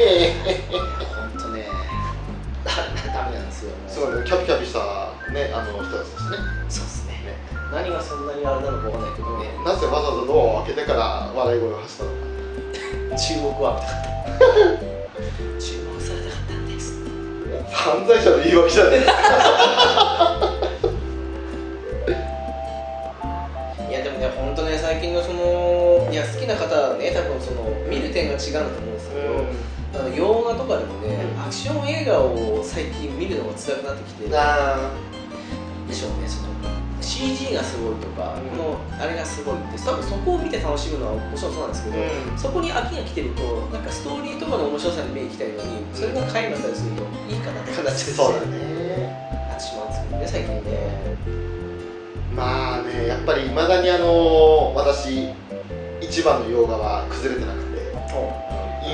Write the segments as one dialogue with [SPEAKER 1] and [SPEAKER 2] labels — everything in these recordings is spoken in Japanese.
[SPEAKER 1] 本当ね だダメなんですよもう
[SPEAKER 2] すごいねキャピキャピしたねあの人たちですね
[SPEAKER 1] そうですね
[SPEAKER 2] ね
[SPEAKER 1] 何がそんなにあれなのかわかんないけどね
[SPEAKER 2] なぜわざわざドアを開けてから笑い声を発したのか
[SPEAKER 1] 注目は浴びたかった 注目されたかったんです
[SPEAKER 2] 犯罪者の言い訳じゃないですか
[SPEAKER 1] いやでもね本当ね最近のそのいや好きな方はね多分その見る点が違うんだと思うんですけど、あの洋画とかでもね、
[SPEAKER 2] うん
[SPEAKER 1] アクション映画を最近見るのが辛くなってきてで
[SPEAKER 2] あ
[SPEAKER 1] しょうねその CG がすごいとか、
[SPEAKER 2] うん
[SPEAKER 1] このあれがすごいって多分そこを見て楽しむのはもちろんそうなんですけど、
[SPEAKER 2] うん
[SPEAKER 1] そこに飽きが来てるとなんかストーリーとかの面白さに目が来たようにそれが皆無だったりするといいかなって形です
[SPEAKER 2] そうだね
[SPEAKER 1] なってしまうんですけどね最近ね
[SPEAKER 2] まあねやっぱりいまだにあの私一番の洋画は崩れてなくて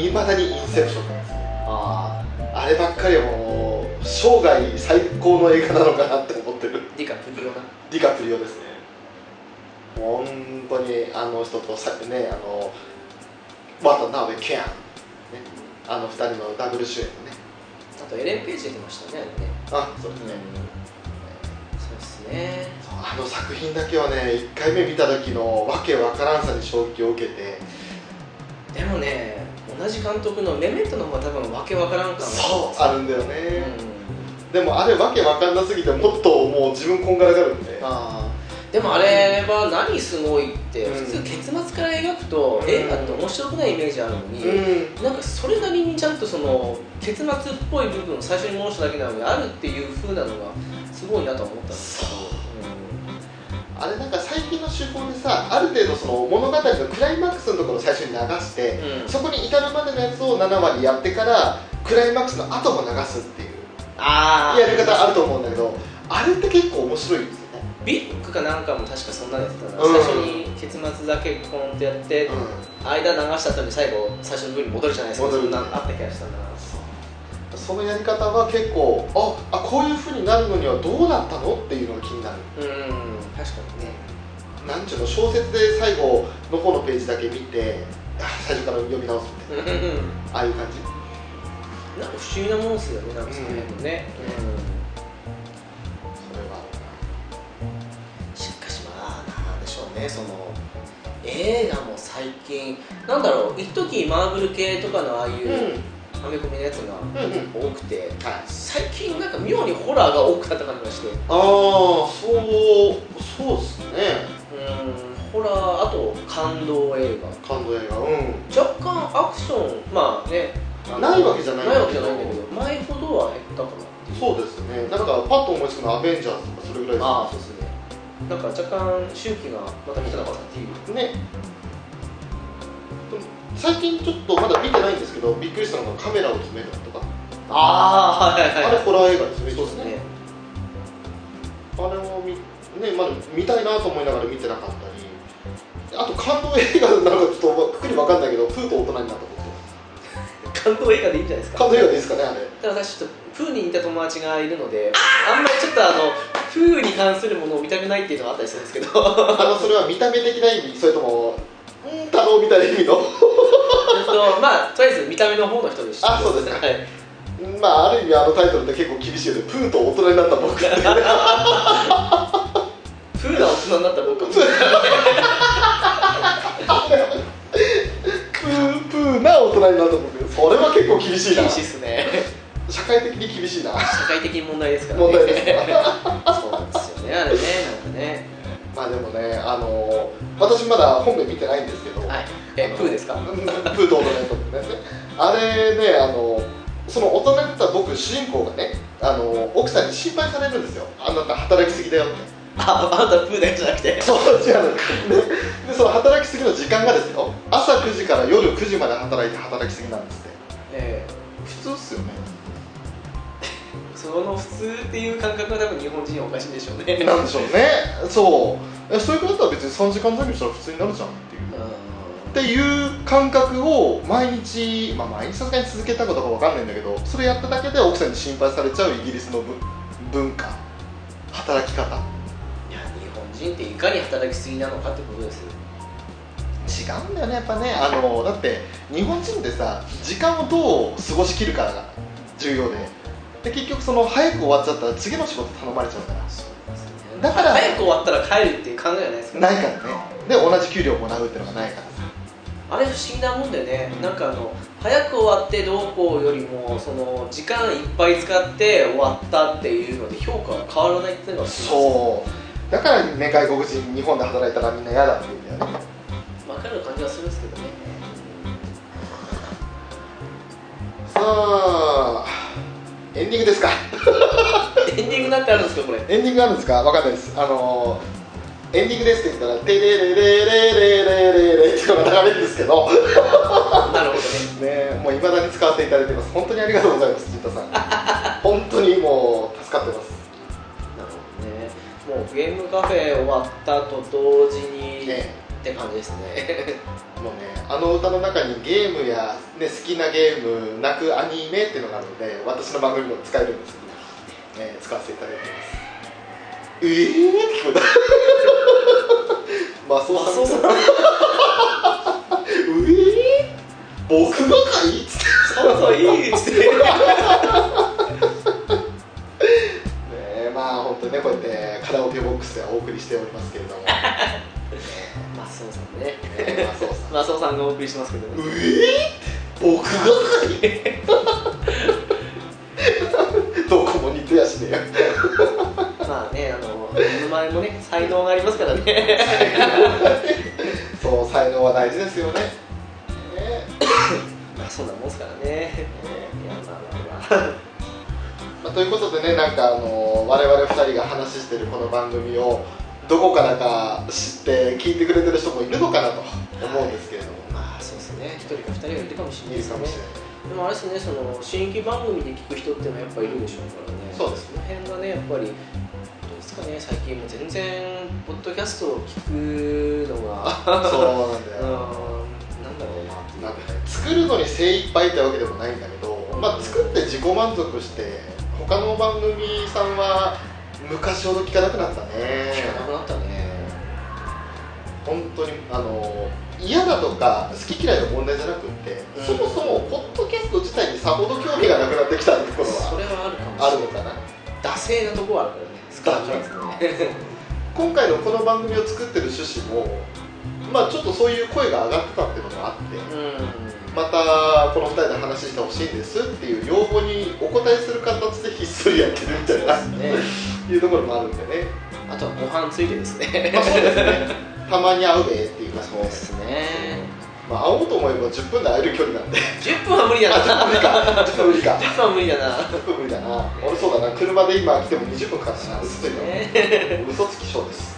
[SPEAKER 2] いまだにインセプションなんですね
[SPEAKER 1] あ
[SPEAKER 2] あればっかりはもう生涯最高の映画なのかなって思ってる
[SPEAKER 1] あディカプリオな
[SPEAKER 2] ディカプリオですねもう本当にあの人とさねあの渡辺謙ねあの二人のダブル主演のね
[SPEAKER 1] あとエレン・ページ出てましたねあれね
[SPEAKER 2] あそうですね、
[SPEAKER 1] そうですね
[SPEAKER 2] そうあの作品だけはね1回目見た時のわけわからんさに衝撃を受けて
[SPEAKER 1] でもね同じ監督のメメントの方が多分わけわからんかも
[SPEAKER 2] そうあるんだよ
[SPEAKER 1] うん、
[SPEAKER 2] ね、でもあれわけわかんなすぎてもっともう自分こんがらがるんで
[SPEAKER 1] あーでもあれは何すごいって、
[SPEAKER 2] うん
[SPEAKER 1] 普通結末から描くと
[SPEAKER 2] うん
[SPEAKER 1] 映画って面白くないイメージあるのに、
[SPEAKER 2] うん
[SPEAKER 1] なんかそれなりにちゃんとその結末っぽい部分を最初に戻しただけなのにあるっていう風なのがすごいなとは思ったんです
[SPEAKER 2] あれなんか最近の手法でさある程度その物語のクライマックスのところを最初に流して、
[SPEAKER 1] けど、うん
[SPEAKER 2] そこに至るまでのやつを7割やってからクライマックスの後も流すっていう
[SPEAKER 1] ああ
[SPEAKER 2] やり方あると思うんだけどあれって結構面白いんですよね、
[SPEAKER 1] ビッグかなんかも確かそんなのやってたな、
[SPEAKER 2] うん
[SPEAKER 1] 最初に結末だけポンってやって、間流した後に最後最初の部分に戻るじゃないですか
[SPEAKER 2] 戻る
[SPEAKER 1] そんなんあった気がしたな
[SPEAKER 2] そのやり方は結構ああこういうふうになるのにはどうなったのっていうのが気になる
[SPEAKER 1] うん確かにね
[SPEAKER 2] なんちゅうの小説で最後の方のページだけ見てあ最初から読み直すみたい
[SPEAKER 1] うん
[SPEAKER 2] なああいう感じ
[SPEAKER 1] なんか不思議なもんですよねなんかその辺もね、
[SPEAKER 2] それは
[SPEAKER 1] しかしまあなんでしょうねその映画も最近なんだろう一時マーブル系とかのああいう
[SPEAKER 2] うん
[SPEAKER 1] はめ込みのやつが
[SPEAKER 2] うんうん
[SPEAKER 1] 多くて、
[SPEAKER 2] はい
[SPEAKER 1] 最近なんか妙にホラーが多くなった感じがして
[SPEAKER 2] ああそうそうっすね
[SPEAKER 1] うんホラーあと感動映画
[SPEAKER 2] 感動映画うん
[SPEAKER 1] 若干アクションまあねあの
[SPEAKER 2] ないわけじゃないんだ
[SPEAKER 1] ないわけ
[SPEAKER 2] け
[SPEAKER 1] じゃ
[SPEAKER 2] ど
[SPEAKER 1] ないんだけど前ほどは減ったかな
[SPEAKER 2] そうですねなんかパッと思いつくのはアベンジャーズとかそれぐらいです
[SPEAKER 1] ああそうですねなんか若干周期がまた来たのかなっていう
[SPEAKER 2] ねでも最近ちょっとまだ見てないんですけどびっくりしたのがカメラを詰めるとか、
[SPEAKER 1] ああはい
[SPEAKER 2] あれホラー映画ですね
[SPEAKER 1] そうですね
[SPEAKER 2] あれも見,、ね、まだ見たいなと思いながら見てなかったりあと感動映画なんかちょっとくくり分かんないけどプーと大人になったこと
[SPEAKER 1] 感動映画でいいんじゃないですか
[SPEAKER 2] 感動映画でいいですかねあれ
[SPEAKER 1] ただ私ちょっとプーに似た友達がいるのであんまりちょっとあのプーに関するものを見たくないっていうのはあったりするんですけどえ
[SPEAKER 2] あのそれは見た目的な意味それともうん太郎みたいな意味の
[SPEAKER 1] っとまあとりあえず見た目の方の人でした
[SPEAKER 2] あそうですか
[SPEAKER 1] はい
[SPEAKER 2] まあある意味あのタイトルって結構厳しいよねプーと大人になった僕ってプー
[SPEAKER 1] プーな大人になった僕も
[SPEAKER 2] プーな大人になった僕それは結構厳しいな
[SPEAKER 1] 厳しいっすね
[SPEAKER 2] 社会的に厳しいな
[SPEAKER 1] 社会的に問題ですからね
[SPEAKER 2] 問題です か
[SPEAKER 1] そうなんですよねあれねなんかね
[SPEAKER 2] まあでもねあの私まだ本編見てないんですけど、
[SPEAKER 1] はいえプーですか
[SPEAKER 2] うんプーと大人になった僕ですねあれねあのその大人になった僕主人公がねあの奥さんに心配されるんですよあなた働きすぎだよって
[SPEAKER 1] ああなたプーだけじゃなくて
[SPEAKER 2] そう違うのででその働きすぎの時間がですよ朝9時から夜9時まで働いて働きすぎなんですって
[SPEAKER 1] え
[SPEAKER 2] 普通っすよね
[SPEAKER 1] えその普通っていう感覚は多分日本人おかしいんでしょうね
[SPEAKER 2] なんでしょうねそうえそういうことだったら別に3時間作業したら普通になるじゃんっていう
[SPEAKER 1] う
[SPEAKER 2] っていう感覚を毎日、まあ、毎日さすがに続けたことかわかんないんだけどそれやっただけで奥さんに心配されちゃうイギリスの文文化働き方
[SPEAKER 1] んいや日本人っていかに働きすぎなのかってことですよ
[SPEAKER 2] 違うんだよねやっぱねあのだって日本人ってさ時間をどう過ごしきるかが重要でで結局その早く終わっちゃったら次の仕事頼まれちゃうからだから
[SPEAKER 1] 早く終わったら帰るっていう考えはないですか
[SPEAKER 2] ないからねで同じ給料もらうってのがないからさ
[SPEAKER 1] あれ不思議なもんでね、なんかあの早く終わってどうこうよりもその時間いっぱい使って終わったっていうので評価が変わらないっていうのが不
[SPEAKER 2] そ
[SPEAKER 1] 思
[SPEAKER 2] うだからね外国人日本で働いたらみんな嫌だって言うんだよね
[SPEAKER 1] 議です分かる感じはするんですけどね
[SPEAKER 2] さあエンディングですか
[SPEAKER 1] エンディングなんてあるんですかこれ
[SPEAKER 2] エンディングあるんですかわかんないですあのーエンディングですって言ったら「テレレレレレレレレ」っていうのが流れるんですけど
[SPEAKER 1] なるほどね
[SPEAKER 2] ねもういまだに使わせていただいてます本当にありがとうございます陣田さん本当にもう助かってます
[SPEAKER 1] なるほどねもうゲームカフェ終わったと同時に
[SPEAKER 2] ね
[SPEAKER 1] って感じです ね
[SPEAKER 2] もうねあの歌の中にゲームや、ね、好きなゲーム泣くアニメっていうのがあるので私の番組でも使えるんですけど、ね、使わせていただいてますえーって聞こえたマスオさんみたい なうえー僕がかいっつって
[SPEAKER 1] そうそういいっつって
[SPEAKER 2] ねまあ本当にねこうやってカラオケボックスでお送りしておりますけれどもね
[SPEAKER 1] マスオさんね
[SPEAKER 2] ねマスオさん
[SPEAKER 1] マスオさんがお送りしてますけどね
[SPEAKER 2] えー、僕がかい どこも似てやしねえよ
[SPEAKER 1] まあねあの名前もね才能がありますからね
[SPEAKER 2] そう才能は大事ですよねね
[SPEAKER 1] まあそんなもんですからねいやまあまあまあ
[SPEAKER 2] まあということでねなんかあの我々2人が話してるこの番組をどこからか知って聞いてくれてる人もいるのかなと思うんですけれども、
[SPEAKER 1] まあそうですね一人か二人はいるかもしれない
[SPEAKER 2] い、
[SPEAKER 1] で
[SPEAKER 2] い
[SPEAKER 1] す
[SPEAKER 2] か
[SPEAKER 1] ね
[SPEAKER 2] もしれない
[SPEAKER 1] でもあれですねその新規番組で聞く人っていうのはやっぱいるでしょうからね
[SPEAKER 2] そうです
[SPEAKER 1] ねその辺がねやっぱりどうですかね最近もう全然ポッドキャストを聞くのが
[SPEAKER 2] そうなん
[SPEAKER 1] う
[SPEAKER 2] だ
[SPEAKER 1] ー
[SPEAKER 2] よ、
[SPEAKER 1] んなんだろうなっていう
[SPEAKER 2] なんかね作るのに精一杯ってわけでもないんだけど、まあ、作って自己満足して他の番組さんは昔ほど聞かなくなったね
[SPEAKER 1] 聞かなくなったね
[SPEAKER 2] 本当にあの嫌だとか好き嫌いの問題じゃなくって、
[SPEAKER 1] うん
[SPEAKER 2] そもそもポッドキャスト自体にさほど興味がなくなってきたところ
[SPEAKER 1] そ
[SPEAKER 2] は
[SPEAKER 1] れはあるかも
[SPEAKER 2] あ
[SPEAKER 1] し
[SPEAKER 2] る
[SPEAKER 1] れ
[SPEAKER 2] の
[SPEAKER 1] ない
[SPEAKER 2] かな
[SPEAKER 1] 惰性なとこはあるからね少なくないですね
[SPEAKER 2] 今回のこの番組を作ってる趣旨もまあちょっとそういう声が上がってたっていうのもあって
[SPEAKER 1] うん
[SPEAKER 2] またこの2人で話してほしいんですっていう要望にお答えする形でひっそりやってるみたいな
[SPEAKER 1] ね
[SPEAKER 2] いうところもあるんでね、
[SPEAKER 1] あとはご飯ついてですね
[SPEAKER 2] まあ、そうですねたまに会うでっていう感じで、
[SPEAKER 1] すね
[SPEAKER 2] まあ、会おうと思えば10分で会える距離なんで
[SPEAKER 1] 10分は無理だ
[SPEAKER 2] あ10分無理
[SPEAKER 1] な
[SPEAKER 2] か10分無理か
[SPEAKER 1] 10分は無理だな
[SPEAKER 2] 10分無理だな俺そうだな車で今来ても20分かかるな嘘ついた
[SPEAKER 1] ね
[SPEAKER 2] 嘘つきショーです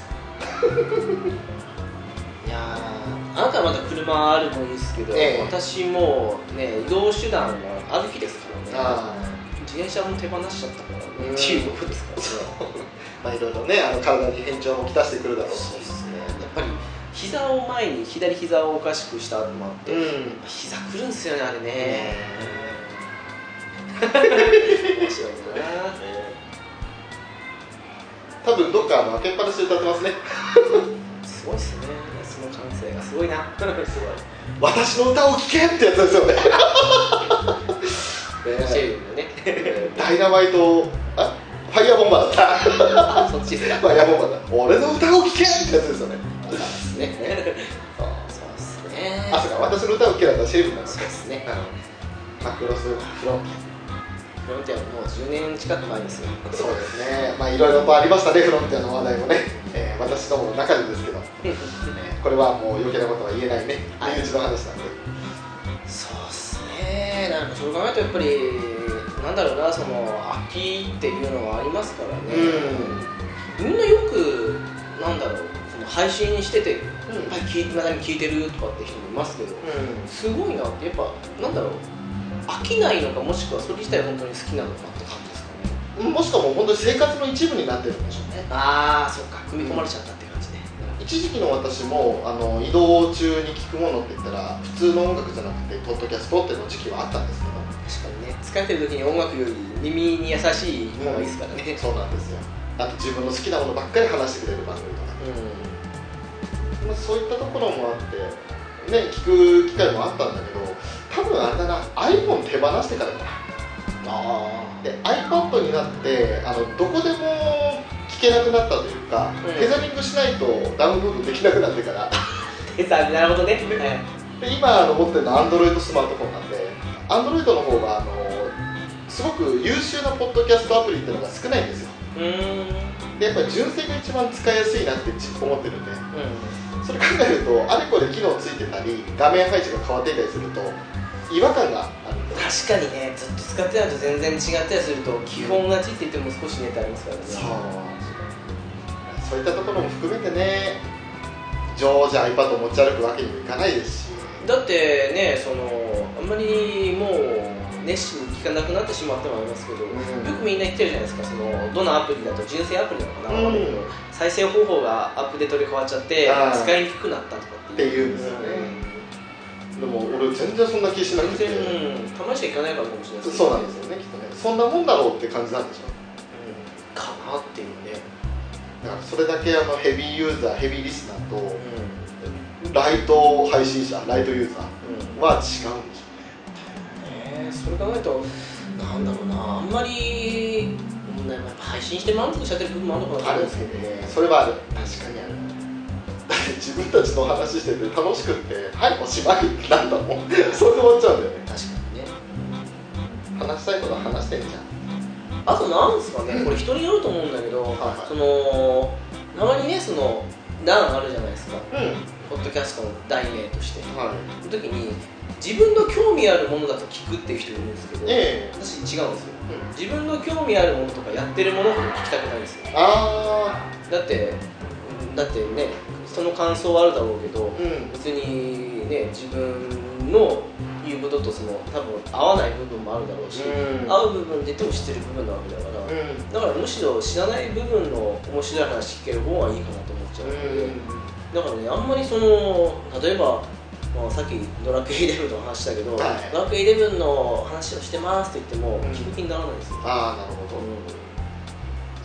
[SPEAKER 1] いやーあなたはまた車あるもいいですけど、
[SPEAKER 2] ええ
[SPEAKER 1] 私もうね移動手段が歩きですからね
[SPEAKER 2] ああ
[SPEAKER 1] 自転車も手放しちゃったからね
[SPEAKER 2] うん
[SPEAKER 1] っていうことですからね
[SPEAKER 2] まあいろいろねあの体に変調もきたしてくるだろうし
[SPEAKER 1] そうですねやっぱり膝を前に左膝をおかしくしたのもあって、
[SPEAKER 2] う
[SPEAKER 1] やっ
[SPEAKER 2] ん
[SPEAKER 1] ぱ膝くるんですよねあれ ね、面白いな
[SPEAKER 2] 多分どっかあの開けっぱなしで歌ってますね
[SPEAKER 1] すごいっすねその感性がす ごいなすごい
[SPEAKER 2] 私の歌を聴けってやつです よねね
[SPEAKER 1] 面白いよね
[SPEAKER 2] ダイナマイトあファイヤーボンバーだったフ
[SPEAKER 1] あそっちです か
[SPEAKER 2] ァイヤーボンバーだ俺の歌を聴けってやつですよね
[SPEAKER 1] そうですねそうですね
[SPEAKER 2] あそうか私の歌を聴けだったらシェルフなんです
[SPEAKER 1] そう
[SPEAKER 2] か
[SPEAKER 1] ですね
[SPEAKER 2] マクロスフロント
[SPEAKER 1] フロンティアはもう10年近く前ですよ
[SPEAKER 2] そうですねまあいろいろとありましたねフロンティアの話題もね、えー私どもの中でですけど、ねこれはもう余計なことは言えないね
[SPEAKER 1] はい
[SPEAKER 2] 身内の話なんで
[SPEAKER 1] そうっすねなんかそう考えるとやっぱりなんだろうなその秋っていうのはありますからね、みんなよくなんだろうその配信してていっぱい聞いまだに聞いてるとかって人もいますけど
[SPEAKER 2] う
[SPEAKER 1] すごいなってやっぱなんだろう飽きないのかもしくはそれ自体本当に好きなのかって感じですかね
[SPEAKER 2] んもしくはもう本当に生活の一部になってるんでしょうね
[SPEAKER 1] ああそっか組み込まれちゃったっていう感じね、
[SPEAKER 2] 一時期の私もあの移動中に聞くものって言ったら普通の音楽じゃなくてポッドキャストっていうの時期はあったんですけど
[SPEAKER 1] 確かにね疲れてる時に音楽より耳に優しい方がいいですからね、
[SPEAKER 2] そうなんですよあと自分の好きなものばっかり話してくれる番組とか、
[SPEAKER 1] う
[SPEAKER 2] まあ、そういったところもあってね聞く機会もあったんだけど多分あれだな iPhone 手放してからかな
[SPEAKER 1] あ
[SPEAKER 2] で iPad になってあのどこでも聞けなくなったというか、
[SPEAKER 1] うん
[SPEAKER 2] テザリングしないとダウンロードできなくなってから
[SPEAKER 1] あなるほどねはい
[SPEAKER 2] で今あの持ってるのは Android スマートフォンなんで Android の方があのすごく優秀なポッドキャストアプリっていうのが少ないんですよ
[SPEAKER 1] うーん
[SPEAKER 2] でやっぱり純正が一番使いやすいなって思ってるんで
[SPEAKER 1] う
[SPEAKER 2] それ考えるとあれこれ機能ついてたり画面配置が変わっていたりすると違和感があるんで
[SPEAKER 1] ん確かにねずっと使ってないと全然違ったりすると基本がちって言っても少しネタありますからね
[SPEAKER 2] そうそういったところも含めてね常時 iPad を持ち歩くわけにもいかないですし
[SPEAKER 1] だってねそのあんまりもう熱心に聞かなくなってしまってもありますけど、
[SPEAKER 2] ん
[SPEAKER 1] よくみんな言ってるじゃないですかそのどのアプリだと純正アプリなのかな、
[SPEAKER 2] うん
[SPEAKER 1] わかんないけど再生方法がアップデートで変わっちゃって
[SPEAKER 2] あー
[SPEAKER 1] 使いにくくなったとかっ
[SPEAKER 2] ってて
[SPEAKER 1] いう
[SPEAKER 2] いうんですよね、でも俺全然そんな気しなくて
[SPEAKER 1] 全然、うん、試していかないからかもしれない
[SPEAKER 2] そうなん
[SPEAKER 1] で
[SPEAKER 2] ですすよねきっとねそんなもんだろうって感じなんでしょ
[SPEAKER 1] うんかなっていうね、
[SPEAKER 2] うだからそれだけあのヘビーユーザーヘビーリスナーと
[SPEAKER 1] う
[SPEAKER 2] ライト配信者ライトユーザ
[SPEAKER 1] んう
[SPEAKER 2] ー
[SPEAKER 1] ん
[SPEAKER 2] は違うんでしょう
[SPEAKER 1] ねそれ考えるとなんだろうなあんまり、うんね、やっぱ配信して満足しちゃってる部分もあるのか
[SPEAKER 2] ね
[SPEAKER 1] な
[SPEAKER 2] あるんですけどねそれはある確かにあるだって自分たちの話してて楽しくってはいおしまいなんだもんそれで終わっちゃうんだよね
[SPEAKER 1] 確かにね
[SPEAKER 2] 話したいことは話してんじゃん
[SPEAKER 1] あとなんですかねこれ人によると思うんだけど、
[SPEAKER 2] はい
[SPEAKER 1] そのたまにねその欄あるじゃないですか
[SPEAKER 2] うん
[SPEAKER 1] ポッドキャストの題名として
[SPEAKER 2] はい
[SPEAKER 1] その時に自分の興味あるものだと聞くっていう人いるんですけど、
[SPEAKER 2] ええ
[SPEAKER 1] 私違うんですよ
[SPEAKER 2] うん
[SPEAKER 1] 自分の興味あるものとかやってるものほど聞きたくないんですよ
[SPEAKER 2] あ
[SPEAKER 1] だってだってねその感想はあるだろうけど、
[SPEAKER 2] あうん
[SPEAKER 1] 別にね自分の言うこととその多分合わない部分もあるだろうし、
[SPEAKER 2] うん
[SPEAKER 1] 合う部分で言っても知ってる部分なわけだから、
[SPEAKER 2] うん
[SPEAKER 1] だからむしろ知らない部分の面白い話聞ける方がいいかなと思っちゃうので、
[SPEAKER 2] う
[SPEAKER 1] だからねあんまりその例えば、まあ、さっきドラクエイレブンの話したけど、
[SPEAKER 2] はい
[SPEAKER 1] ドラクエイレブンの話をしてますって言っても、
[SPEAKER 2] うん
[SPEAKER 1] 聞く気にならないですよ、
[SPEAKER 2] ああなるほど、
[SPEAKER 1] うん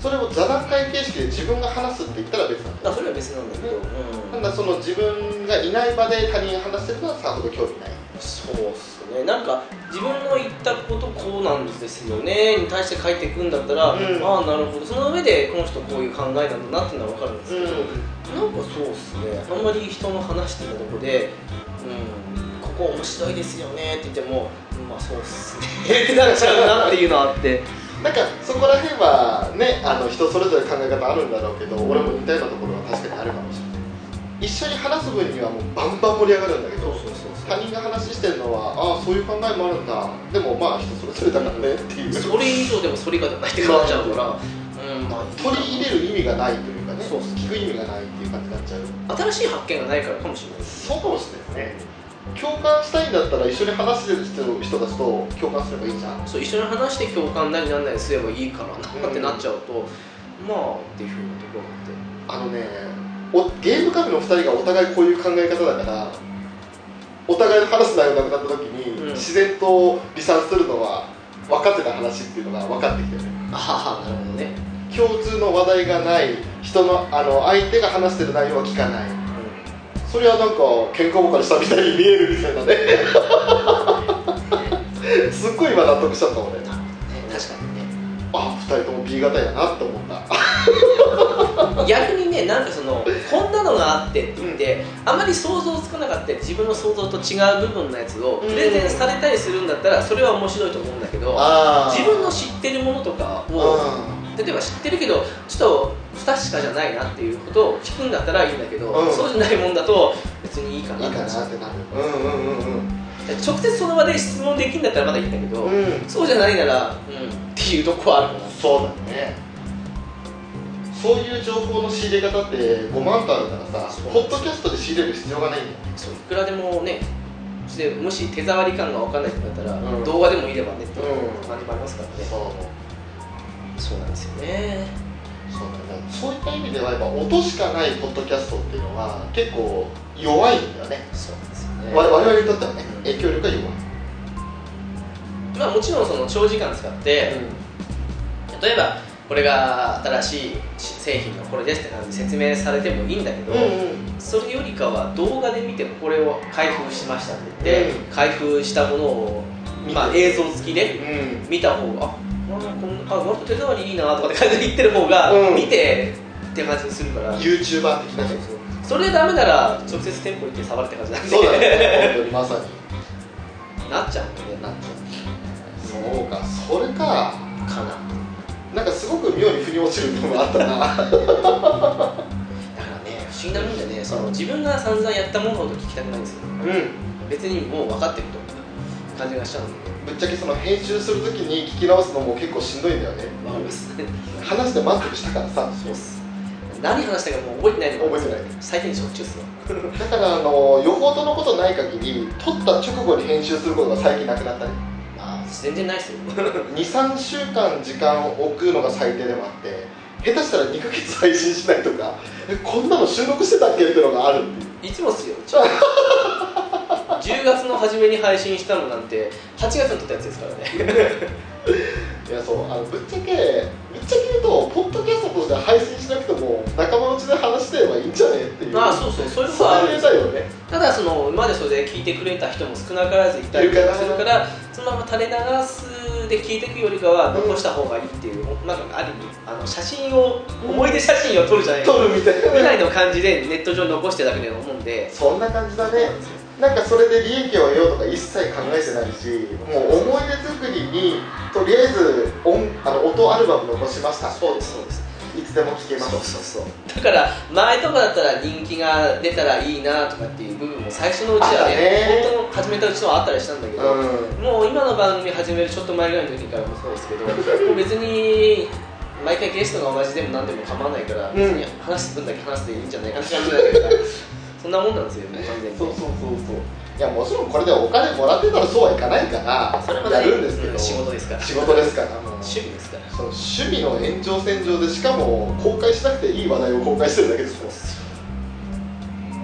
[SPEAKER 2] それを座談会形式で自分が話すって言ったら別なん
[SPEAKER 1] だから
[SPEAKER 2] だ
[SPEAKER 1] それは別なんだけど、
[SPEAKER 2] な
[SPEAKER 1] うんん
[SPEAKER 2] だその自分がいない場で他人話してるのはさほど興味ない
[SPEAKER 1] そうっすねなんか自分の言ったことこうなんですよねに対して書いていくんだったら、
[SPEAKER 2] うん
[SPEAKER 1] ああなるほどその上でこの人こういう考えなんだなっていうのは分かるんですけど、なんかそうっすねあんまり人の話してたとこで「うんここ面白いですよね」って言っても「うんまあそうっすね」って なっちゃうなっていうのはあって
[SPEAKER 2] なんかそこら辺はねあの人それぞれ考え方あるんだろうけど俺も似たようなところは確かにあるかもしれない一緒に話す分にはもうバンバン盛り上がるんだけど他人が話してるのはああそういう考えもあるんだでもまあ人それぞれだからねっていう
[SPEAKER 1] それ以上でも反り方ないってなっちゃうから、うんまあ、
[SPEAKER 2] 取り入れる意味がないというかね
[SPEAKER 1] そうそう
[SPEAKER 2] 聞く意味がないっていう感じになっちゃう
[SPEAKER 1] 新しい発見がないからかもしれないです
[SPEAKER 2] そうかもしれないですね共感したいんだったら一緒に話してる人たちと共感すればいいじゃん
[SPEAKER 1] そう一緒に話して共感なりなんなりすればいいからなってなっちゃうと、まあっていうふうなところがあ
[SPEAKER 2] あのねおゲームカフェの2人がお互いこういう考え方だからお互いの話す内容がなくなった時に、
[SPEAKER 1] うん
[SPEAKER 2] 自然と離散するのは分かってた話っていうのが分かってきてね
[SPEAKER 1] ってああなるほどね、
[SPEAKER 2] 共通の話題がない人のあの相手が話してる内容は聞かないそれはなんか喧嘩ばかりしたみたいに見えるみたいな ねすっごい今納得しちゃった俺
[SPEAKER 1] ね確かにね
[SPEAKER 2] あ二人とも B 型やなって思った
[SPEAKER 1] 逆にねなんかそのこんなのがあってって言って、あまり想像つかなかったり自分の想像と違う部分のやつを
[SPEAKER 2] うん
[SPEAKER 1] プレゼンされたりするんだったらそれは面白いと思うんだけど
[SPEAKER 2] あー
[SPEAKER 1] 自分の知ってるものとかを
[SPEAKER 2] う
[SPEAKER 1] 例えば知ってるけどちょっと不確かじゃないなっていうことを聞くんだったらいいんだけど、
[SPEAKER 2] うん
[SPEAKER 1] そうじゃないもんだと別にいいか
[SPEAKER 2] んい
[SPEAKER 1] ないって
[SPEAKER 2] か
[SPEAKER 1] 感じ
[SPEAKER 2] なってなるうんうんうんうん
[SPEAKER 1] 直接その場で質問できるんだったらまだいいんだけど、
[SPEAKER 2] うん
[SPEAKER 1] そうじゃないなら、うん、っていうとこはあるかな
[SPEAKER 2] そうだねそういう情報の仕入れ方って5万とあるからさ
[SPEAKER 1] そう
[SPEAKER 2] ポッドキャストで仕入れる必要がないんだよ
[SPEAKER 1] そういくらでもねそしてもし手触り感が分かんない人だったら、
[SPEAKER 2] うん
[SPEAKER 1] 動画でもいればねっていう
[SPEAKER 2] うん
[SPEAKER 1] 感じもありますからね、
[SPEAKER 2] そう
[SPEAKER 1] そうなんですよね
[SPEAKER 2] そうだねそういった意味ではやっぱ音しかないポッドキャストっていうのは結構弱いんだよね
[SPEAKER 1] そうなんですよね
[SPEAKER 2] 我我々にとってはね
[SPEAKER 1] うん
[SPEAKER 2] 影響力が弱い
[SPEAKER 1] まあもちろんその長時間使って、例えばこれが新しい製品のこれですって感じで説明されてもいいんだけど、
[SPEAKER 2] うん
[SPEAKER 1] それよりかは動画で見てこれを開封しましたって言って、
[SPEAKER 2] う
[SPEAKER 1] 開封したものを、まあ、映像付きで
[SPEAKER 2] うん
[SPEAKER 1] 見た方があなんかこんなあなんか手触りいいなとかって感じで言ってる方が、
[SPEAKER 2] うん
[SPEAKER 1] 見てって感じにするから、
[SPEAKER 2] YouTuber 的なね
[SPEAKER 1] それでダメなら直接店舗行って触るって感じなんで
[SPEAKER 2] そうだね本当にまさに
[SPEAKER 1] なっちゃうんだよねなっち
[SPEAKER 2] そうかそれか
[SPEAKER 1] ゃうかな
[SPEAKER 2] なんかすごく妙に腑に落ちる部分もあったな
[SPEAKER 1] だからね不思議なもんでねその自分が散々やったものほど聞きたくないんですよ
[SPEAKER 2] うん
[SPEAKER 1] 別にもう分かってると感じがしちゃうんで
[SPEAKER 2] ぶっちゃけその編集するときに聞き直すのも結構しんどいんだよね
[SPEAKER 1] 分かります
[SPEAKER 2] 話して満足したからさ
[SPEAKER 1] そうっす何話したかもう覚えてないの
[SPEAKER 2] 覚えてない
[SPEAKER 1] 最近しょっちゅうっすよ
[SPEAKER 2] だからあのよほどのことない限り撮った直後に編集することが最近なくなったね
[SPEAKER 1] まあ全然ないっすよ
[SPEAKER 2] 23週間時間を置くのが最低でもあって下手したら2ヶ月配信しないとかえこんなの収録してたっけっていうのがあるっていう
[SPEAKER 1] いつもっすよちょ 10月の初めに配信したのなんて8月に撮ったやつですからね
[SPEAKER 2] いやそうあのぶっちゃけぶっちゃけ言うとポッドキャストとして配信しなくても仲間内で話してればいいんじゃねっていう
[SPEAKER 1] まあそうそうそういうの
[SPEAKER 2] そ
[SPEAKER 1] はある
[SPEAKER 2] れ
[SPEAKER 1] んで
[SPEAKER 2] です
[SPEAKER 1] よ
[SPEAKER 2] だよね
[SPEAKER 1] ただその今までそれで聞いてくれた人も少なからずいたり
[SPEAKER 2] い
[SPEAKER 1] す
[SPEAKER 2] る
[SPEAKER 1] る
[SPEAKER 2] か
[SPEAKER 1] かららそのまま垂れ流すで聞いていくよりかは
[SPEAKER 2] うん
[SPEAKER 1] 残した方がいいっていう、なんかある意味あの写真を思い出写真を撮るじゃないですか
[SPEAKER 2] 撮るみた
[SPEAKER 1] ぐ
[SPEAKER 2] いな
[SPEAKER 1] らいの感じでネット上に残してるだけで思うんで
[SPEAKER 2] そんな感じだねなんかそれで利益を得ようとか一切考えてないしもう思い出作りにとりあえず音あの音アルバム残しました
[SPEAKER 1] そうですそうです
[SPEAKER 2] いつでも聴けます
[SPEAKER 1] そうそうだから前とかだったら人気が出たらいいなとかっていう部分も最初のうちは
[SPEAKER 2] あっ
[SPEAKER 1] ね
[SPEAKER 2] たね
[SPEAKER 1] 本当の始めたうちのはあったりしたんだけど、
[SPEAKER 2] うん
[SPEAKER 1] もう今の番組始めるちょっと前ぐらいの時からもそうですけどもう別に毎回ゲストが同じでも何でも構わないから、
[SPEAKER 2] うん
[SPEAKER 1] 別に話す分だけ話していいんじゃないかなって感じなんだけどそんなもんなんですよね完全に
[SPEAKER 2] そうそうそうそういやもちろんこれでお金もらってたらそうはいかないから
[SPEAKER 1] それま
[SPEAKER 2] や
[SPEAKER 1] で
[SPEAKER 2] るんですけど、
[SPEAKER 1] うん仕事ですから
[SPEAKER 2] 仕事ですからもう
[SPEAKER 1] 趣味ですから
[SPEAKER 2] そう趣味の延長線上でしかも公開しなくていい話題を公開してるだけですよ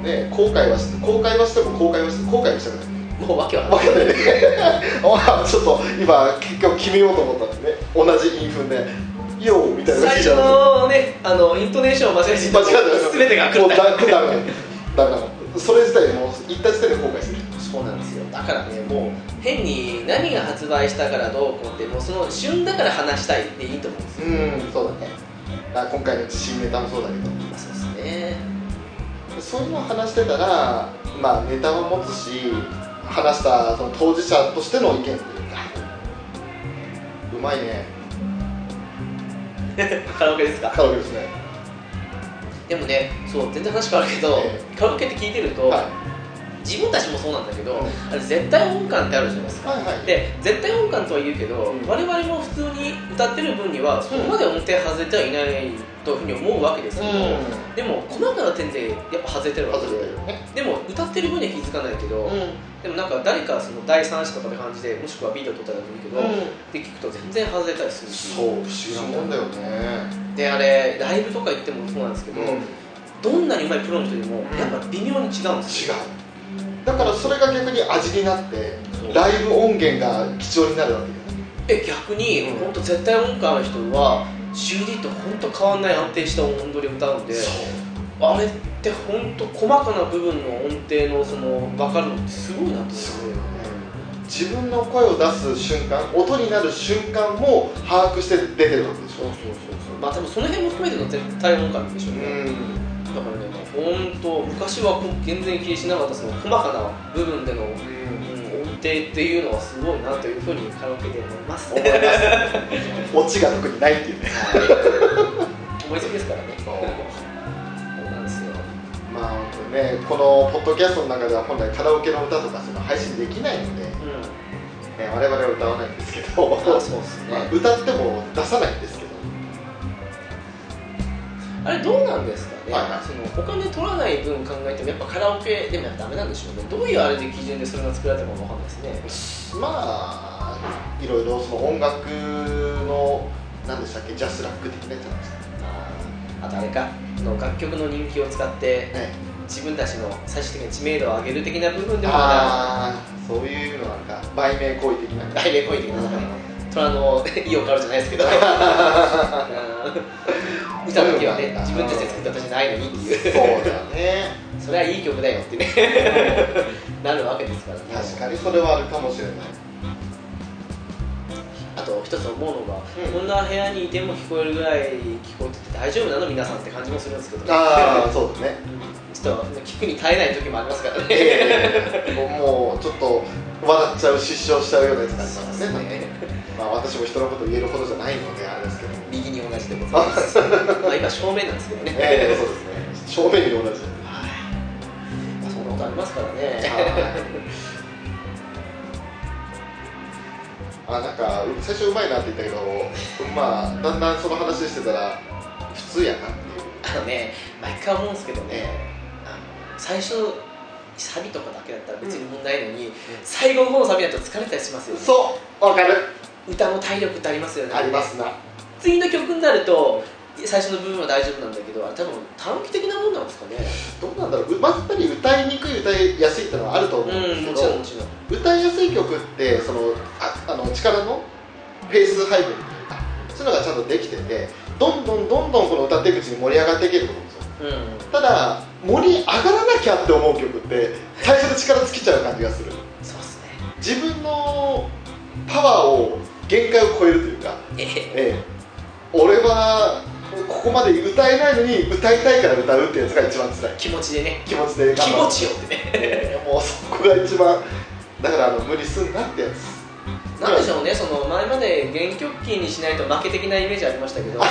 [SPEAKER 2] ね後悔はし公開はしても公開はして後悔はしたくない
[SPEAKER 1] もうわけわかん
[SPEAKER 2] わ
[SPEAKER 1] ない
[SPEAKER 2] け ないねあちょっと今結局決めようと思ったんでね同じ韻踏んで「よう」みたいな
[SPEAKER 1] 最初のねあのイントネーションを間違えて
[SPEAKER 2] 間違って
[SPEAKER 1] 全てが
[SPEAKER 2] も
[SPEAKER 1] 狂
[SPEAKER 2] う
[SPEAKER 1] っ
[SPEAKER 2] だ
[SPEAKER 1] た
[SPEAKER 2] だめだめだからそれ自体もう言った時点で後悔する
[SPEAKER 1] そうなんですよだからねもう変に何が発売したからどうこうってもうその旬だから話したいっていいと思うんですよ
[SPEAKER 2] うんそうだねだから今回の自信ネタもそうだけど
[SPEAKER 1] まあそうですね
[SPEAKER 2] そういうのを話してたらまあネタも持つし話したその当事者としての意見というかうまいね
[SPEAKER 1] カラオケですか
[SPEAKER 2] カラオケですね
[SPEAKER 1] でもねそう全然話変わるけど、
[SPEAKER 2] え
[SPEAKER 1] カラオケって聞いてると、
[SPEAKER 2] は
[SPEAKER 1] 自分たちもそうなんだけど、
[SPEAKER 2] うん
[SPEAKER 1] あれ絶対音感ってあるじゃないです
[SPEAKER 2] い
[SPEAKER 1] か
[SPEAKER 2] はいはい
[SPEAKER 1] で絶対音感とは言うけど、
[SPEAKER 2] うん
[SPEAKER 1] 我々も普通に歌ってる分にはそこまで音程外れてはいないというふうに思うわけですけど、
[SPEAKER 2] うん
[SPEAKER 1] でも細かな点でやっぱ外れてるわけ
[SPEAKER 2] 外れてるね
[SPEAKER 1] でも歌ってる分には気づかないけど、
[SPEAKER 2] う
[SPEAKER 1] でもなんか誰かその第三者とかって感じでもしくはビートとかでもいいけど、で聞くと全然外れたりするし
[SPEAKER 2] そう不思議なもんだよね
[SPEAKER 1] であれライブとか行ってもそうなんですけど、
[SPEAKER 2] 違う
[SPEAKER 1] どんなに上手いプロの人でも
[SPEAKER 2] ん
[SPEAKER 1] やっぱ微妙に違うんですよ、
[SPEAKER 2] だからそれが逆に味になって
[SPEAKER 1] そう
[SPEAKER 2] ライブ音源が貴重になるわけよ
[SPEAKER 1] え逆に
[SPEAKER 2] うん
[SPEAKER 1] 本当絶対音感の人は CD と本当変わんない安定した音取りを歌うんであれって本当細かな部分の音程のその分かるのってすごいなと思って
[SPEAKER 2] すごいよね自分の声を出す瞬間音になる瞬間も把握して出てるわけでし
[SPEAKER 1] そうそう
[SPEAKER 2] ょ
[SPEAKER 1] そうそうまあ多分その辺も含めての絶対音感でしょうね、
[SPEAKER 2] ん
[SPEAKER 1] だからね本当昔はこう全然気にしなかったその細かな部分での、うん、音程っていうのはすごいなというふうにカラオケで思います
[SPEAKER 2] 思いますオチが特にないっていうね
[SPEAKER 1] 思いつきですからね そうなんですよ
[SPEAKER 2] まあ本当にねこのポッドキャストの中では本来カラオケの歌とかその配信できないので、ね、
[SPEAKER 1] う
[SPEAKER 2] 我々は歌わないんですけ ど
[SPEAKER 1] んあそうっすね、
[SPEAKER 2] まあ歌っても出さないんですけど
[SPEAKER 1] あれどうなんですかね、
[SPEAKER 2] はいはい
[SPEAKER 1] そのお金取らない分考えてもやっぱカラオケでもやっぱダメなんでしょうねどういうあれで基準でそれが作られたのかわかんないですね
[SPEAKER 2] まあいろいろその音楽の何でしたっけジャスラック的なやつなんですか
[SPEAKER 1] あとあれかあの楽曲の人気を使って
[SPEAKER 2] ね
[SPEAKER 1] 自分たちの最終的な知名度を上げる的な部分でもまだ
[SPEAKER 2] ああそういうのなんか売 名行為的な
[SPEAKER 1] 大名行為的なのかね虎の意を変わるじゃないですけどうん見た時はね自分たちで作った歌じゃないのにっていう
[SPEAKER 2] そうだね
[SPEAKER 1] それはいい曲だよってね なるわけですからね
[SPEAKER 2] 確かにそれはあるかもしれない
[SPEAKER 1] あと一つ思うの
[SPEAKER 2] う
[SPEAKER 1] が、
[SPEAKER 2] ん
[SPEAKER 1] こんな部屋にいても聞こえるぐらい聞こえてて大丈夫なの皆さんって感じもするんですけど
[SPEAKER 2] ああそうだ ね
[SPEAKER 1] ちょっと聞くに耐えない時もありますからね
[SPEAKER 2] ええもうちょっと笑っちゃう失笑しちゃうようなやつになっちゃ
[SPEAKER 1] そううんで
[SPEAKER 2] ですすね
[SPEAKER 1] ね
[SPEAKER 2] まあ私も人のこと言えるほどじゃないのであれです けど
[SPEAKER 1] 右に同じで ございますまあ今正面なんですけどね、
[SPEAKER 2] ええそうですね正面に同じ
[SPEAKER 1] はいまあそんなことありますからね、
[SPEAKER 2] あなんかう最初うまいなって言ったけどまあだんだんその話してたら普通やなっていう
[SPEAKER 1] あのね毎回思うんですけどねあの最初サビとかだけだったら別に問題ないのに、最後の方のサビだと疲れたりしますよね
[SPEAKER 2] そうわかる
[SPEAKER 1] 歌の体力ってありますよね
[SPEAKER 2] ありますな
[SPEAKER 1] 次の曲になると最初の部分は大丈夫なんだけどあれ多分短期的なもんなんですかね
[SPEAKER 2] どうなんだろううまあやっぱり歌いにくい歌いやすいってのはあると思うんです
[SPEAKER 1] うん
[SPEAKER 2] け
[SPEAKER 1] も
[SPEAKER 2] ど
[SPEAKER 1] ち、ろんもちろん
[SPEAKER 2] 歌いやすい曲ってそのああの力のフェース配分あそういうのがちゃんとできててどんどんどんどんこの歌って口に盛り上がっていけると思うんですよ
[SPEAKER 1] うん
[SPEAKER 2] ただ盛り上がらなきゃって思う曲って最初で力尽きちゃう感じがする
[SPEAKER 1] そうっすね
[SPEAKER 2] 自分のパワーを限界を超えるというか、
[SPEAKER 1] えへ
[SPEAKER 2] ええ、俺はここまで歌えないのに歌いたいから歌うってやつが一番辛い
[SPEAKER 1] 気持ちでね
[SPEAKER 2] 気持ちで
[SPEAKER 1] 気
[SPEAKER 2] 頑張
[SPEAKER 1] 持
[SPEAKER 2] る
[SPEAKER 1] ちよってね
[SPEAKER 2] ええもうそこが一番だからあの無理すんなってやつ
[SPEAKER 1] なんでしょうねその前まで原曲キーにしないと負け的なイメージありましたけど
[SPEAKER 2] は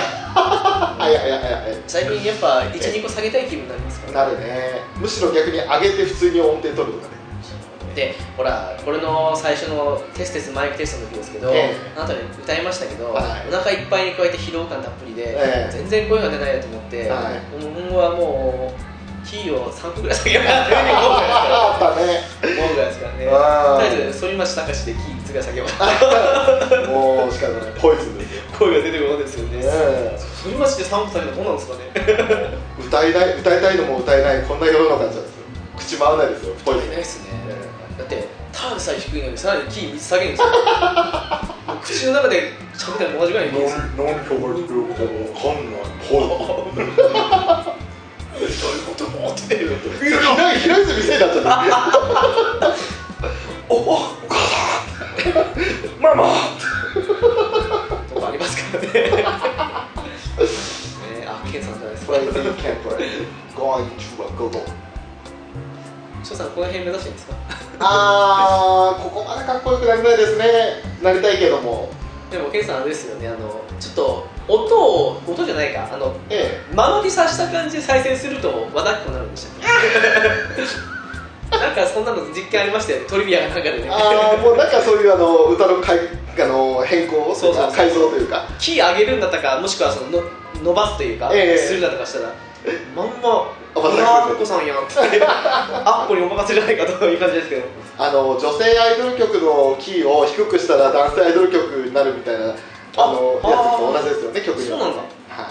[SPEAKER 2] いはいはいはい
[SPEAKER 1] 最近やっぱ12個下げたい気分になりますから
[SPEAKER 2] なるねむしろ逆に上げて普通に音程取るとかね
[SPEAKER 1] でほらこれの最初のテステスマイクテストの時ですけど、
[SPEAKER 2] え
[SPEAKER 1] あなたで歌いましたけど、
[SPEAKER 2] はい
[SPEAKER 1] お腹いっぱいに加えて疲労感たっぷりで、
[SPEAKER 2] ええ
[SPEAKER 1] 全然声が出ないなと思って、
[SPEAKER 2] はい
[SPEAKER 1] 今後はもうキーを3個ぐらい下げようかなって
[SPEAKER 2] あったね
[SPEAKER 1] 思うぐらいですからね
[SPEAKER 2] あー
[SPEAKER 1] とりあえず反町隆史でキー3つぐらい下げよう
[SPEAKER 2] もうしかもねポイズンですよ、
[SPEAKER 1] 声が出てこないですよね
[SPEAKER 2] ね
[SPEAKER 1] 反町で3個下げたらどうなんですかね
[SPEAKER 2] 歌いない歌いたいのも歌えないこんな世の中じゃ口回らないですよポイズン
[SPEAKER 1] ない
[SPEAKER 2] ね
[SPEAKER 1] ですねだってターンさえ低いのにさらにキー3つ下げ るんですよもう口の中で喋ったら同じぐらいに
[SPEAKER 2] 何何か俺ってるかわかんないポ
[SPEAKER 1] どういうこともってる
[SPEAKER 2] イズンひどいひどい人店になっちゃった
[SPEAKER 1] おおお
[SPEAKER 2] ママ
[SPEAKER 1] とかあります からねねあ、ケンさんじゃないです
[SPEAKER 2] ポ
[SPEAKER 1] か
[SPEAKER 2] イズンキャンプレイ going to a go go
[SPEAKER 1] 翔さん、この辺目指してるんですか
[SPEAKER 2] あーここまでかっこよくなりたいですねなりたいけども
[SPEAKER 1] でもケンさん、あれですよねあのちょっと音を音じゃないかあの
[SPEAKER 2] え
[SPEAKER 1] 間延びさせた感じで再生すると和だっこになるんでしたっ けなんかそんなの実験ありましたよねトリビアの中で
[SPEAKER 2] え
[SPEAKER 1] ね
[SPEAKER 2] あーもうなんかそういうあの歌のかいあの変更
[SPEAKER 1] そうそうそう
[SPEAKER 2] 改造というか
[SPEAKER 1] キー上げるんだったかもしくはそのの伸ばすというか、
[SPEAKER 2] ええ
[SPEAKER 1] するだとかしたらまんま「
[SPEAKER 2] また来る
[SPEAKER 1] あっこさんやん」って あっこにお任せじゃないかという感じですけど
[SPEAKER 2] あの女性アイドル曲のキーを低くしたら男性アイドル曲になるみたいなあの
[SPEAKER 1] あ
[SPEAKER 2] やつと同じですよね曲に
[SPEAKER 1] そ
[SPEAKER 2] は
[SPEAKER 1] うなんだ
[SPEAKER 2] はい、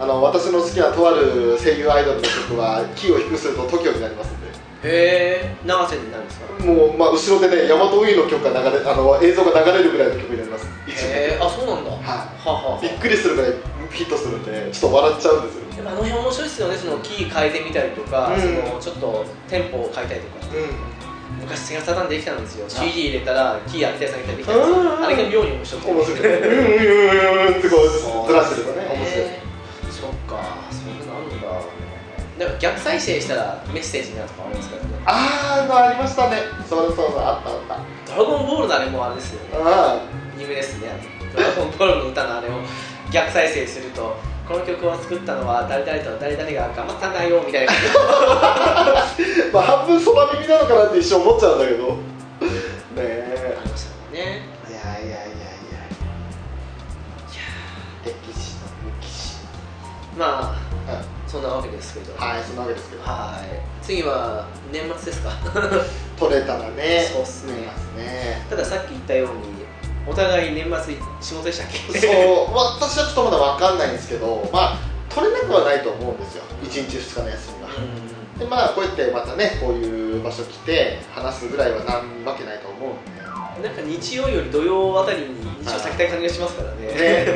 [SPEAKER 2] あの私の好きなとある声優アイドルの曲はキーを低くすると TOKIO になりますんで
[SPEAKER 1] へえ長瀬になるんですか
[SPEAKER 2] もう、まあ、後ろでね大和ウィの曲が流れあの映像が流れるぐらいの曲になります一部
[SPEAKER 1] へえあそうなんだは
[SPEAKER 2] は、
[SPEAKER 1] あはあはい
[SPEAKER 2] びっくりするぐらいヒットするんでちょっと笑っちゃうんですよ
[SPEAKER 1] でもあの辺面白いですよねそのキー変えてみたりとか、
[SPEAKER 2] うん
[SPEAKER 1] そのちょっとテンポを変えたりとか昔セガサタンできたんですよ CD 入れたらキー上げたり下げたりできたんです
[SPEAKER 2] うんうんう
[SPEAKER 1] よ
[SPEAKER 2] ん
[SPEAKER 1] あれが妙に面白くて
[SPEAKER 2] 面白いねうんう んうんうんってこうずらしてるとね面白い
[SPEAKER 1] へーそっかそんなのあるんだなんか逆再生したらメッセージになるとかありますからね
[SPEAKER 2] あーまあありましたねそうそうそうあったあった
[SPEAKER 1] ドラゴンボールのあれもあれですよね
[SPEAKER 2] あ
[SPEAKER 1] 有名ですねドラゴンボールの歌のあれを逆再生するとこの曲を作ったのは誰々と誰々が頑張ったんだよみたいな
[SPEAKER 2] ーまあ半分空耳なのかなって一瞬思っちゃうんだけどねえ
[SPEAKER 1] ありましたもんね
[SPEAKER 2] いやいやいやいや歴史の歴史
[SPEAKER 1] まあ
[SPEAKER 2] は
[SPEAKER 1] そんなわけですけど
[SPEAKER 2] いそんなわけですけど
[SPEAKER 1] はい次は年末ですか
[SPEAKER 2] 取れたらね
[SPEAKER 1] そうっすね
[SPEAKER 2] 見ますね
[SPEAKER 1] たださっき言ったようにお互い年末仕事でしたっ
[SPEAKER 2] そう
[SPEAKER 1] け
[SPEAKER 2] 私はちょっとまだ分かんないんですけどまあ取れなくはないと思うんですよ1日2日の休みが
[SPEAKER 1] う
[SPEAKER 2] でまあこうやってまたねこういう場所来て話すぐらいはなんわけないと思うんで
[SPEAKER 1] んなんか日曜より土曜あたりに日曜先たい感じがしますからね
[SPEAKER 2] ね、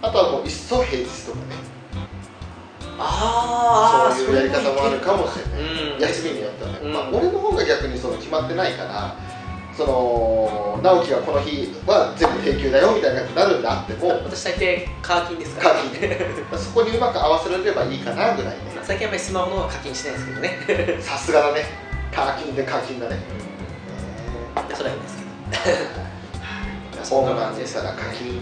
[SPEAKER 2] あとはもういっそ平日とかね
[SPEAKER 1] ああ
[SPEAKER 2] そういうやり方もあるかもしれない
[SPEAKER 1] うん
[SPEAKER 2] 休みによってはね、
[SPEAKER 1] うん
[SPEAKER 2] まあ、俺の方が逆にその決まってないからその直樹がこの日は全部定休だよみたいな感じになるんだっても
[SPEAKER 1] 私大抵課金ですから
[SPEAKER 2] 課金そこにうまく合わせられればいいかなぐらいね
[SPEAKER 1] 最近あんまりスマホの方は課金しないですけど ね
[SPEAKER 2] さすがだね課金で課金だね
[SPEAKER 1] それはいいんですけど
[SPEAKER 2] ホームランでしたら課金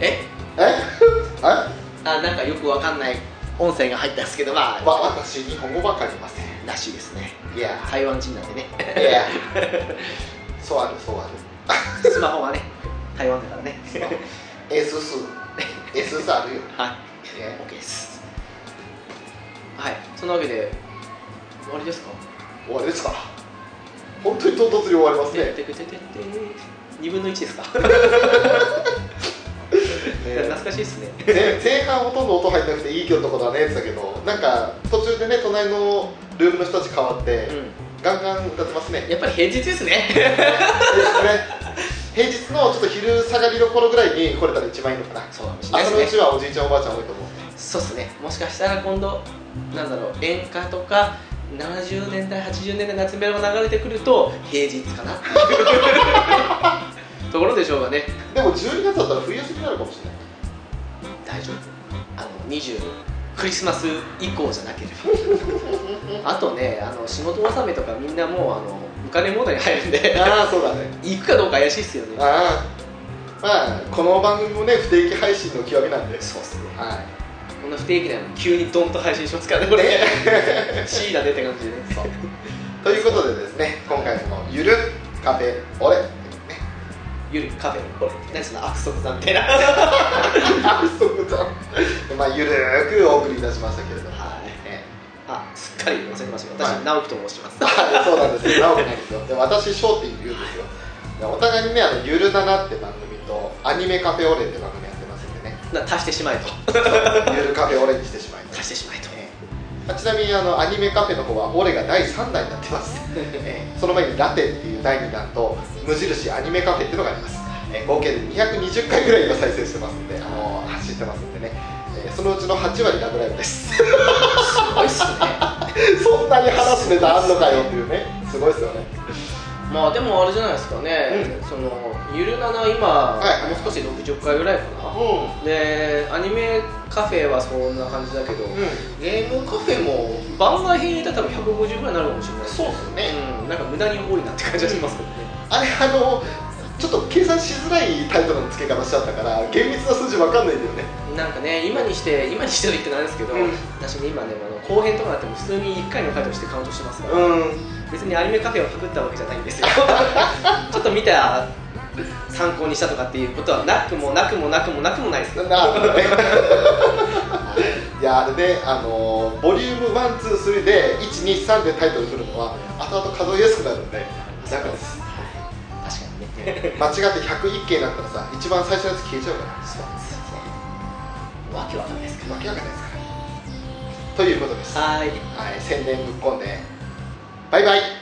[SPEAKER 1] え
[SPEAKER 2] ええ
[SPEAKER 1] あなんかよくわかんない音声が入ったんですけどまあ、
[SPEAKER 2] まあ私日本語わかりません
[SPEAKER 1] らしいですね
[SPEAKER 2] いや
[SPEAKER 1] 台湾人なんでね
[SPEAKER 2] いやそうあるそうある
[SPEAKER 1] スマホはね 台湾だからね
[SPEAKER 2] S 数 S 数あるよ
[SPEAKER 1] はい OK ですはいそんなわけで終わりですか
[SPEAKER 2] 終わりですか本当に唐突に終わりますね
[SPEAKER 1] てくててて2分の1ですか
[SPEAKER 2] ね
[SPEAKER 1] 懐かしいですね
[SPEAKER 2] 前前半ほとんど音入ってなくていい今日のことはねって言ってたけどなんか途中でね隣のルームの人たち変わって、
[SPEAKER 1] う
[SPEAKER 2] ガンガン歌ってますね
[SPEAKER 1] んやっぱり平日ですね
[SPEAKER 2] ですね平日のちょっと昼下がりの頃ぐらいに来れたら一番いいのかな
[SPEAKER 1] そうかもしれない
[SPEAKER 2] 朝の
[SPEAKER 1] で
[SPEAKER 2] う
[SPEAKER 1] す
[SPEAKER 2] ち
[SPEAKER 1] ね
[SPEAKER 2] はおじいちゃんおばあちゃん多いと思うんで
[SPEAKER 1] そうっすねもしかしたら今度なんだろう演歌とか70年代80年代夏メロが流れてくると平日かなっていう ところでしょうかね
[SPEAKER 2] でも12月だったら冬休みになるかもしれない
[SPEAKER 1] 大丈夫あの20クリスマス以降じゃなけれ ばあとねあの仕事納めとかみんなもうあのお金モードに入るんで
[SPEAKER 2] ああそうだね
[SPEAKER 1] 行くかどうか怪しいっすよね
[SPEAKER 2] ああまあこの番組もね不定期配信の極みなんで
[SPEAKER 1] そうっすね
[SPEAKER 2] はい
[SPEAKER 1] こんな不定期なのに急にドンと配信しますからねこれ シーだねって感じでね
[SPEAKER 2] そうということでですね今回の「ゆるカフェオレ」
[SPEAKER 1] ゆるカフェこれ何その悪徳さんみ たいな
[SPEAKER 2] あそうだ まあゆるーくお送りいたしましたけれども
[SPEAKER 1] はい
[SPEAKER 2] ね
[SPEAKER 1] あすっかり忘れてましたけど私、
[SPEAKER 2] はい
[SPEAKER 1] 直樹と申します
[SPEAKER 2] はいそうなんですよ直樹なんですよで私翔って言うんですよでお互いにねあの「ゆるだな」って番組と「アニメカフェオレ」って番組やってますんでね
[SPEAKER 1] な足してしまえと
[SPEAKER 2] ゆるカフェオレにしてしまいま
[SPEAKER 1] 足し
[SPEAKER 2] す
[SPEAKER 1] てしまえと、
[SPEAKER 2] あちなみにあのアニメカフェの方は「オレ」が第3弾になってますえーその前にラテっていう第2弾と無印アニメカフェっていうのがあります、えー合計で220回ぐらい今再生してますんで、あのー走ってますんでね、えーそのうちの8割ラブライブです
[SPEAKER 1] すごいっすね
[SPEAKER 2] そんなに話すネタあんのかよっていうねすごいですよね
[SPEAKER 1] まあでもあれじゃないですかね、そのゆるなな今、
[SPEAKER 2] いはい
[SPEAKER 1] もう少し60回ぐらいかな、でアニメカフェはそんな感じだけど、
[SPEAKER 2] うん、
[SPEAKER 1] ゲームカフェも番外編入れたら多分150ぐらいになるかもしれない
[SPEAKER 2] そうっすね
[SPEAKER 1] うん、なんか無駄に多いなって感じがしますけどね、
[SPEAKER 2] あれあのちょっと計算しづらいタイトルの付け方しちゃったから厳密な数字わかんないんだよね
[SPEAKER 1] なんかね今にして今にしては言ってないんですけど、
[SPEAKER 2] うん
[SPEAKER 1] 私ね今ねあの後編とかになっても普通に1回の回としてカウントしてますから、
[SPEAKER 2] うん
[SPEAKER 1] 別にアニメカフェをパクったわけじゃないんですよ ちょっと見た参考にしたとかっていうことはなくもなくもなくもなくもないですけど
[SPEAKER 2] なるほどね いやあれね、あのーボリューム123で123でタイトル振るのは後々数えやすくなるんでなんかです
[SPEAKER 1] 確かにね
[SPEAKER 2] 間違って101件だったらさ一番最初のやつ消えちゃうから
[SPEAKER 1] そうですわけわかんないですけど
[SPEAKER 2] わけわかんないですからということですは
[SPEAKER 1] はい
[SPEAKER 2] い宣伝ぶっこんでバイバイ